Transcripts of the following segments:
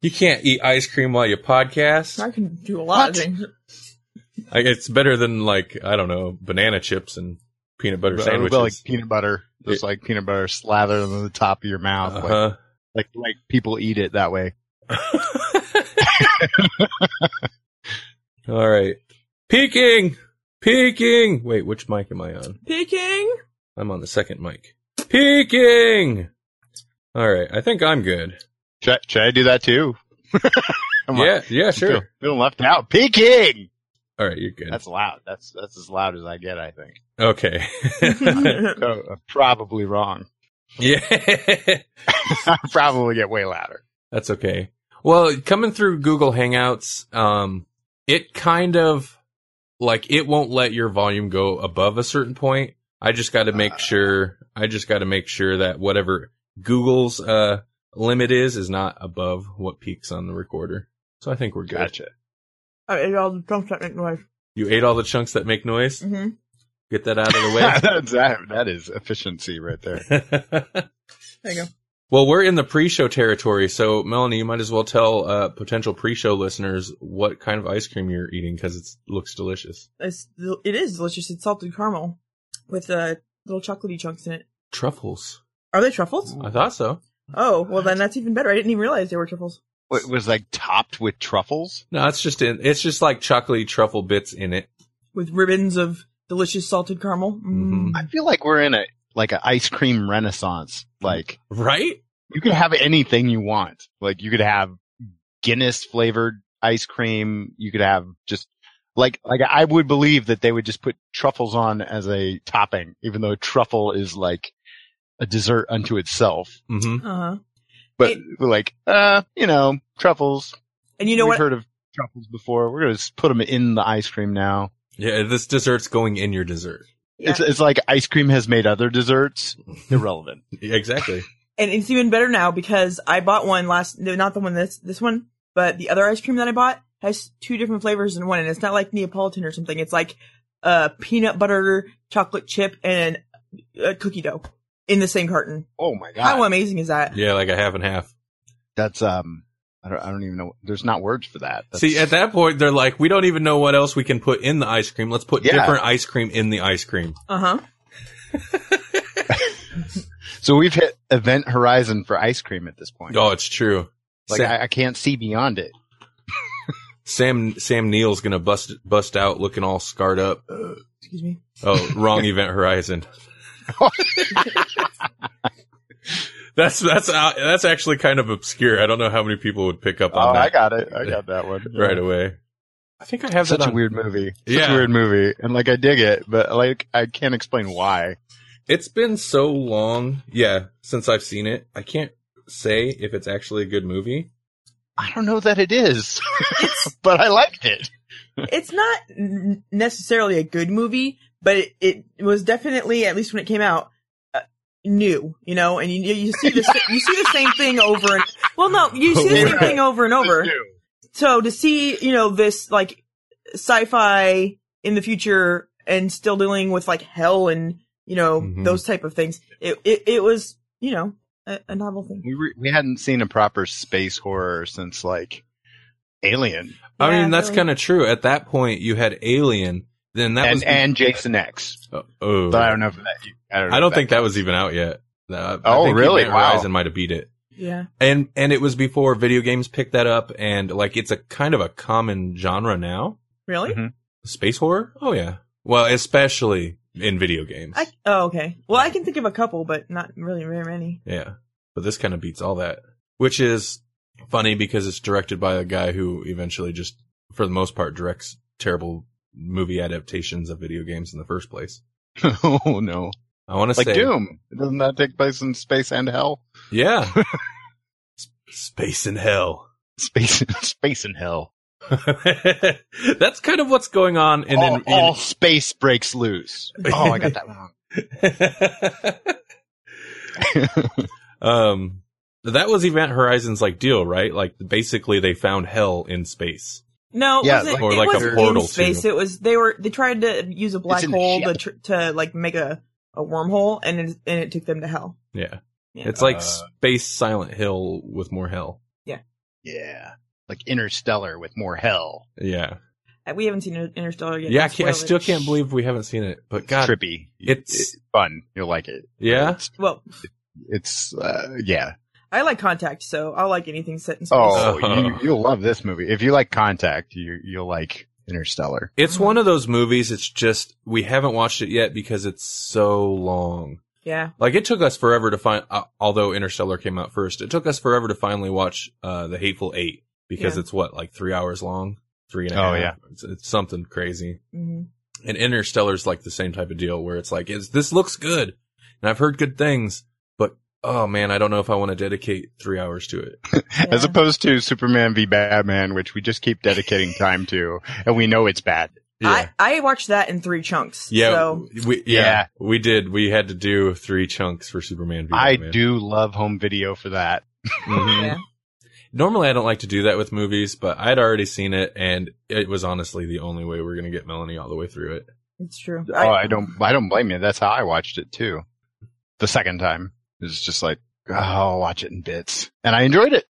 You can't eat ice cream while you podcast. I can do a lot of What? things. Like, it's better than like I don't know banana chips and peanut butter But I would sandwiches. be like peanut butter, just like peanut butter slathered on the top of your mouth, like- uh-huh. like like people eat it that way. Uh-huh. All right, peeking, peeking. Wait, which mic am I on? Picking. I'm on the second mic. Peeking. All right, I think I'm good. Should, I- should I do that too? Come on. yeah, yeah, Feel- sure. Feeling left out. Peking. All right, you're good. That's loud. That's that's as loud as I get. I think. okay. So, I'm probably wrong. yeah. I probably get way louder. That's okay. Well, coming through Google Hangouts, um, it kind of like it won't let your volume go above a certain point. I just got to make Ah. sure. I just got to make sure that whatever Google's uh limit is is not above what peaks on the recorder. So I think we're good. Gotcha. I ate all the chunks that make noise. You ate all the chunks that make noise. Mm-hmm. Get that out of the way. That's- that, that is efficiency right there. There you go. Well, we're in the pre-show territory, so Melanie, you might as well tell uh, potential pre-show listeners what kind of ice cream you're eating because it looks delicious. It's it is delicious. It's salted caramel with uh, little chocolatey chunks in it. Truffles. Are they truffles? I thought so. Oh, well then that's even better. I didn't even realize they were truffles. It was like topped with truffles. No, it's just in. It's just like chocolatey truffle bits in it. With ribbons of delicious salted caramel. Mm. I feel like we're in a like an ice cream renaissance. Hmm. Like Right? you could have anything you want. Like you could have Guinness flavored ice cream. You could have just like like I would believe that they would just put truffles on as a topping, even though truffle is like a dessert unto itself. Mm-hmm. Uh-huh. But It- we're like, uh, you know, truffles. And you know We've what? heard of truffles before. We're gonna just put them in the ice cream now. Yeah, this dessert's going in your dessert. Yeah. It's it's like ice cream has made other desserts irrelevant. Yeah, Exactly. and it's even better now because I bought one last, no, not the one this, this one, but the other ice cream that I bought has two different flavors in one, and it's not like Neapolitan or something. It's like uh, peanut butter, chocolate chip, and uh, cookie dough in the same carton. oh my god. How amazing is that? yeah, like a half and half. That's um I don't I don't even know there's not words for that. That's- See, at that point, they're like, we don't even know what else we can put in the ice cream. Let's put Yeah. different ice cream in the ice cream. Uh huh. So we've hit event horizon for ice cream at this point. Oh, it's true. like Sam, I, I can't see beyond it. Sam Sam Neill's gonna bust bust out looking all scarred up. Excuse me. Oh, wrong event horizon. that's that's uh, that's actually kind of obscure. I don't know how many people would pick up on Oh, I that got it. I got that one. right away. I think I have Such that a on- weird movie. Such Yeah. a weird movie. And like I dig it, but like I can't explain why. It's been so long, yeah, since I've seen it. I can't say if it's actually a good movie. I don't know that it is. but I liked it. it's not n- necessarily a good movie, but it, it was definitely, at least when it came out, uh, new. You know, and you, you see the sa- you see the same thing over and well, no, you see the same thing over and over. So to see, you know, this like sci-fi in the future and still dealing with like hell and you know Mhm. those type of things, it it, it was you know a, a novel thing. We re- we hadn't seen a proper space horror since like Alien I Yeah, mean, that's really. kind of true. At that point, you had Alien. Then that and was and Jason X. oh, oh. But I don't know if that I don't, know I don't if think that was even out yet. Uh, I Oh, think really? Event Wow. Horizon might have beat it. Yeah, and and it was before video games picked that up and like it's a kind of a common genre now really? Mm-hmm. Mhm. space horror oh yeah well especially in video games I oh okay. Well, I can think of a couple, but not really very many. yeah but this kind of beats all that which is funny because it's directed by a guy who eventually just for the most part directs terrible movie adaptations of video games in the first place oh no. i want to Like say Doom. Doesn't that take place in space and hell? yeah S- space in hell Space space and hell. that's kind of what's going on in, all, in, in all space breaks loose. Oh, I got that wrong. um, that was Event Horizon's like deal, right? Like basically they found hell in space. No, it Yeah, wasn't, or it like a wasn't portal in space. to- It was they were they tried to use a black in the hole to, tr- ship. to like make a, a wormhole, and it, and it took them to hell. Yeah. Yeah. It's like Uh, space Silent Hill with more hell. Yeah. Like Interstellar with more hell. Yeah. Uh, We haven't seen Inter- Interstellar yet. Yeah, I, Don't can't- I spoil it. still can't believe we haven't seen it. But God, trippy. it's- fun. You'll like it. yeah, It's, Well, it's uh, yeah. I like Contact, so I'll like anything set in space. Oh, Oh. you, you'll love this movie. If you like Contact, you you'll like Interstellar. it's one of those movies. It's just we haven't watched it yet because it's so long. Yeah. Like it took us forever to find. Uh, although Interstellar came out first, it took us forever to finally watch uh, the Hateful Eight because Yeah. it's what like three hours long, three and a half. Oh, yeah. it's, it's something crazy. hmm And Interstellar's like the same type of deal where it's like, it's, this looks good, and I've heard good things, but oh man, I don't know if I want to dedicate three hours to it. Yeah. As opposed to Superman v Batman, which we just keep dedicating time to, and we know it's bad. I, I watched that in three chunks. Yeah, So we yeah, Yeah. we did. We had to do three chunks for Superman. v I Batman. do love home video for that. Mm-hmm. Mhm. Yeah. Normally, I don't like to do that with movies, but I'd already seen it, and it was honestly the only way we're gonna get Melanie all the way through it. it's true. oh, I don't, I don't blame you. That's how I watched it too. The second time it was just like, oh, I'll watch it in bits, and I enjoyed it.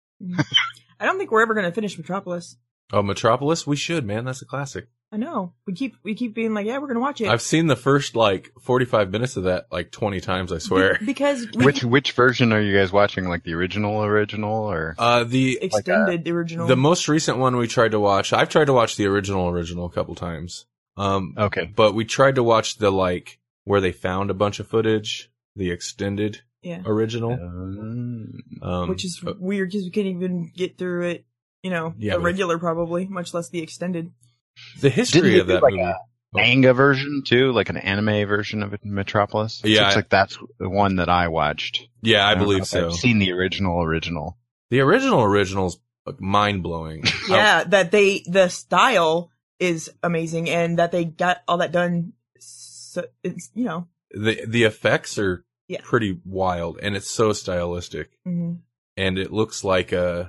I don't think we're ever going to finish Metropolis. Oh, Metropolis, we should, man. That's a classic. I know. We keep we keep being like, yeah, we're going to watch it. I've seen the first like forty-five minutes of that like twenty times. I swear. Be- because we Which which version are you guys watching? Like the original, original, or uh, the extended the original. the most recent one we tried to watch. I've tried to watch the original original a couple times. Um, okay, but we tried to watch the like where they found a bunch of footage, the extended Yeah. Uh, original. Um, Um, which is uh, weird because we can't even get through it. You know, Yeah, the but- regular probably, much less the extended. the history Didn't of they do, that like, movie. a manga version too, like an anime version of Metropolis. It Yeah, looks I- like that's the one that I watched. yeah, I, don't know believe if so. I've seen the original, original. the original original's mind blowing. Yeah, that they the style is amazing, and that they got all that done. So it's you know, the the effects are Yeah. pretty wild, and it's so stylistic, mhm. and it looks like uh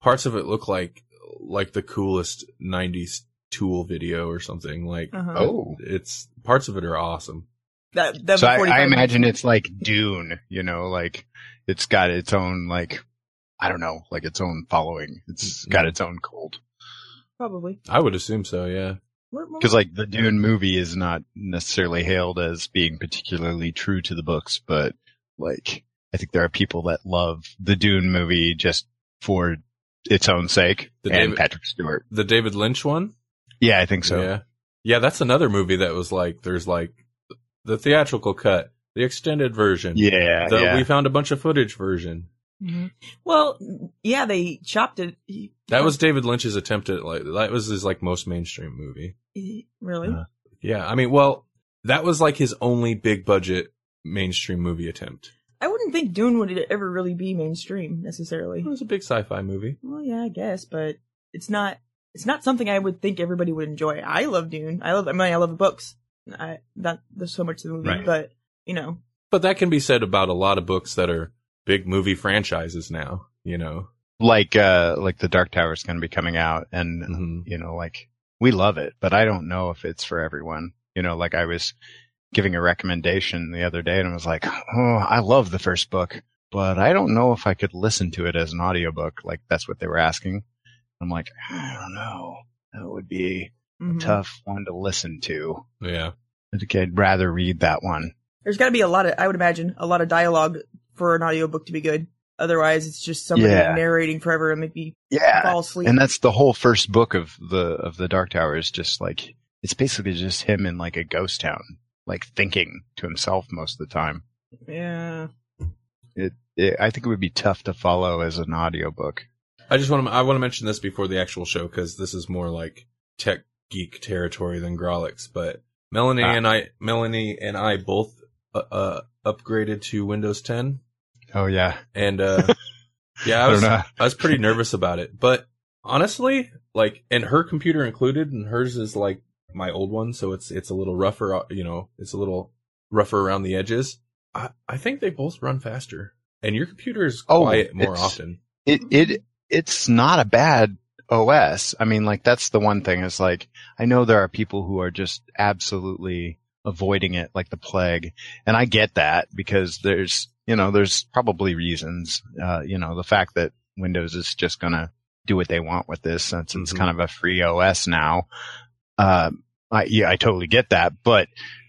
parts of it look like like the coolest '90s Tool video or something. Like Uh-huh. Oh. it's parts of it are awesome. that that so I, 45 I imagine it's like Dune, you know, like it's got its own like I don't know, like its own following. It's got its own cult probably I would assume so. Yeah. What- what- because like the Dune movie is not necessarily hailed as being particularly true to the books, but like I think there are people that love the Dune movie just for its own sake The and David- Patrick Stewart. The David Lynch one. Yeah, I think so. yeah, yeah, that's another movie that was like there's like the theatrical cut, the extended version, Yeah, the yeah. we found a bunch of footage version. Mhm. well, yeah, they chopped it. He- That was David Lynch's attempt at like that was his like most mainstream movie. he- really Uh, Yeah, I mean, well, that was like his only big budget mainstream movie attempt. I wouldn't think Dune would ever really be mainstream necessarily. It was a big sci-fi movie. Well, yeah, I guess, but it's not. It's not something I would think everybody would enjoy. I love Dune. I love. I mean, I love the books. I not there's so much to the movie, Right. but you know, But that can be said about a lot of books that are big movie franchises now, you know. like uh like the Dark Tower is going to be coming out and Mhm. you know, like we love it, but I don't know if it's for everyone. You know, like I was giving a recommendation the other day and I was like, Oh, I love the first book, but I don't know if I could listen to it as an audiobook. Like that's what they were asking. I'm like, I don't know. That would be mhm. a tough one to listen to. Yeah. I think I'd rather read that one. there's got to be a lot of. I would imagine a lot of dialogue for an audiobook to be good. Otherwise, it's just somebody Yeah. narrating forever and maybe Yeah. fall asleep. And that's the whole first book of the of the Dark Tower is just like it's basically just him in like a ghost town, like thinking to himself most of the time. yeah, it, I think it would be tough to follow as an audiobook. I just want to I want to mention this before the actual show cuz this is more like tech geek territory than Grolix, but Melanie Ah. and I Melanie and I both uh, uh upgraded to Windows 10 Oh yeah, and uh yeah, I I was don't know. I was pretty nervous about it, but honestly, like, and her computer included, and hers is like my old one, so it's it's a little rougher, uh, you know, it's a little rougher around the edges. I I think they both run faster, and your computer is Oh, quiet more it's- often. It it it's not a bad OS. I mean, like that's the one thing is like I know there are people who are just absolutely avoiding it like the plague, and I get that because there's you know there's probably reasons. Uh, you know the fact that Windows is just gonna do what they want with this since it's Mhm. kind of a free OS now. Uh, I, yeah, I totally get that, but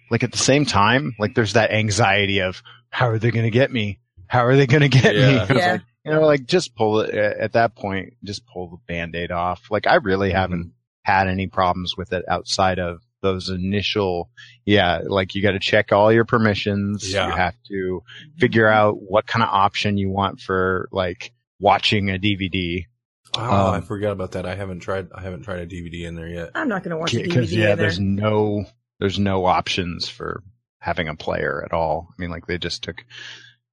like at the same time, like there's that anxiety of how are they going to get me? How are they going to get me? Yeah. It's Yeah. like, you know, like just pull it at that point, just pull the band-aid off. Like I really haven't had any problems with it outside of those initial yeah like you got to check all your permissions you Yeah. have to figure out what kind of option you want for like watching a dvd Oh, I Um, forgot about that. I haven't tried. I haven't tried a DVD in there yet. I'm not going to watch the DVD because yeah either. there's no there's no options for having a player at all i mean like they just took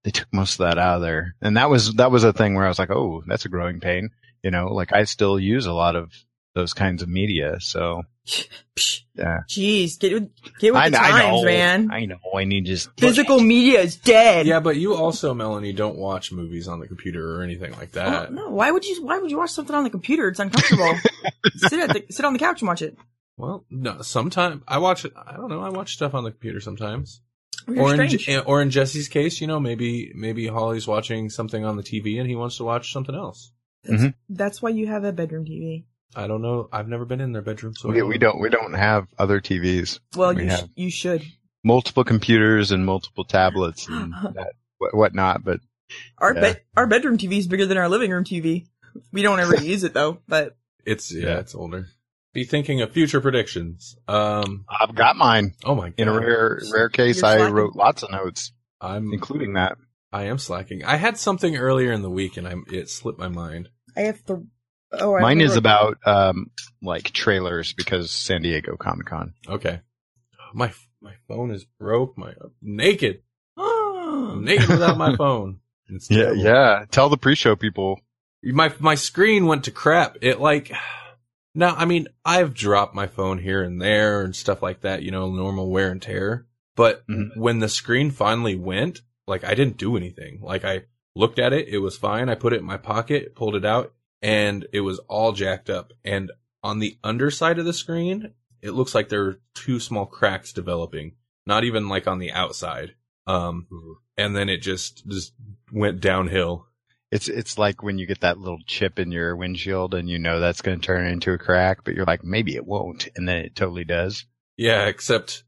they took most of that out of there and that was that was a thing where i was like oh that's a growing pain you know like i still use a lot of those kinds of media so Psh, Yeah. Jeez, get with, get with the times, man. I know. I need just Physical media is dead. Yeah, but you also, Melanie, don't watch movies on the computer or anything like Well, uh, that. Oh, no, why would you? Why would you watch something on the computer? It's uncomfortable. sit at the, sit on the couch and watch it. Well, no. Sometimes I watch. I don't know. I watch stuff on the computer sometimes. You're Or in, strange. or in Jesse's case, you know, maybe maybe Holly's watching something on the TV and he wants to watch something else. That's why you have a bedroom TV. I don't know. I've never been in their bedroom, so I We, we don't. We don't have other TVs. Well, We you sh- have. you should. Multiple computers and multiple tablets and that, what, whatnot. But Our Yeah. bed our bedroom TV is bigger than our living room TV. We don't ever use it though, but It's yeah, Yeah. it's older. Be thinking of future predictions. Um. I've got mine. Oh my god. In a rare rare case, You're I slacking. wrote lots of notes, I'm including that. I am slacking. I had something earlier in the week and I it slipped my mind. I have the. Oh, I Mine have is the- about um like trailers because San Diego Comic Con. Okay. My my phone is broke. My naked. I'm naked without my phone. It's Yeah, terrible. yeah. Tell the pre-show people. My my screen went to crap. It like now. I mean, I've dropped my phone here and there and stuff like that. You know, normal wear and tear. But Mhm. when the screen finally went, like I didn't do anything. Like I looked at it, it was fine. I put it in my pocket, pulled it out, and it was all jacked up. And on the underside of the screen, it looks like there are two small cracks developing. Not even like on the outside. Um, and then it just just went downhill. It's it's like when you get that little chip in your windshield and you know that's going to turn into a crack, but you're like maybe it won't, and then it totally does. Yeah, except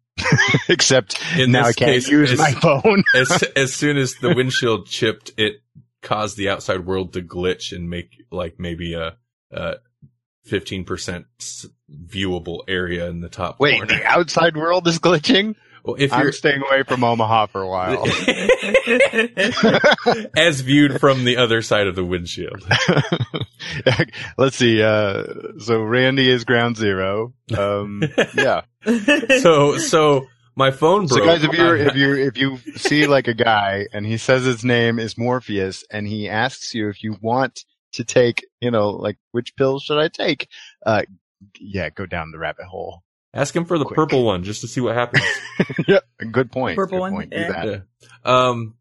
Except In now this I can't case, use it's- my phone. as as soon as the windshield chipped, it caused the outside world to glitch and make like maybe a a fifteen percent viewable area in the top Wait, corner. the outside world is glitching? Well, if I'm you're staying away from Omaha for a while. as viewed from the other side of the windshield, Let's see. Uh, so Randy is ground zero. Um, yeah. so so my phone broke. So guys, if you are I- if you if you see like a guy and he says his name is Morpheus and he asks you if you want to take, you know, like which pill should I take? Uh, yeah, go down the rabbit hole. ask him for the Quick. purple one just to see what happens. yeah, good point. Purple one, good Eh. Point. Do yeah. that. Yeah. Um,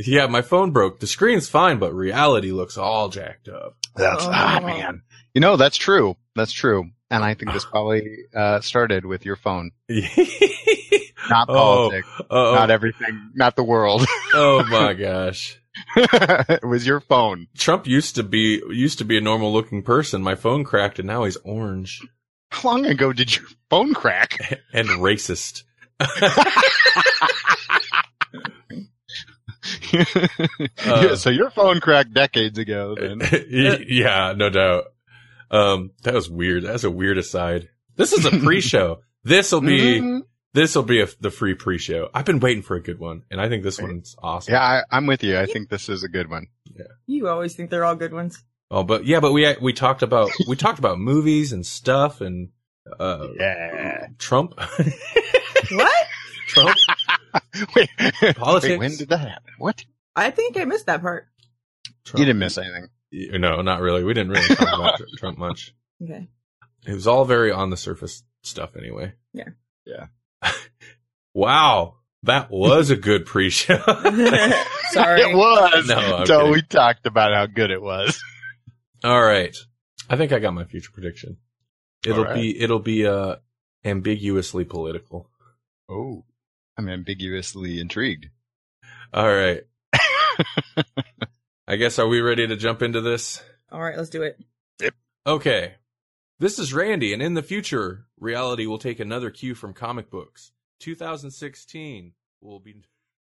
yeah, my phone broke. The screen's fine, but reality looks all jacked up. That's Oh. ah man. You know, that's true. That's true. And I think this probably uh, started with your phone. Not Oh. politics. oh, Not everything. Not the world. oh my gosh. it was your phone. Trump used to be used to be a normal looking person. My phone cracked and now he's orange How long ago did your phone crack? and racist. Yeah, so your phone cracked decades ago. Then. yeah, no doubt. Um that was weird. That's a weird aside. This is a pre-show. This will be Mhm. this will be a, the free pre-show. I've been waiting for a good one and I think this one's awesome. Yeah, I, I'm with you. I think this is a good one. you always think they're all good ones. Oh, but yeah, but we we talked about we talked about movies and stuff and uh Yeah. Trump What? Trump Wait, Politics. Wait, when did that happen? What? I think I missed that part. Trump. You didn't miss anything. Y- No, not really. We didn't really talk about Tr- Trump much. Okay. It was all very on the surface stuff anyway. Yeah. Yeah. wow. That was a good pre-show. Sorry. It was. No, I'm so kidding. we talked about how good it was. all right. I think I got my future prediction. It'll All right. be it'll be uh ambiguously political. Oh, I'm ambiguously intrigued. All right. I guess are we ready to jump into this? All right, let's do it. Yep. Okay. This is Randy, and in the future, reality will take another cue from comic books. 2016 will be.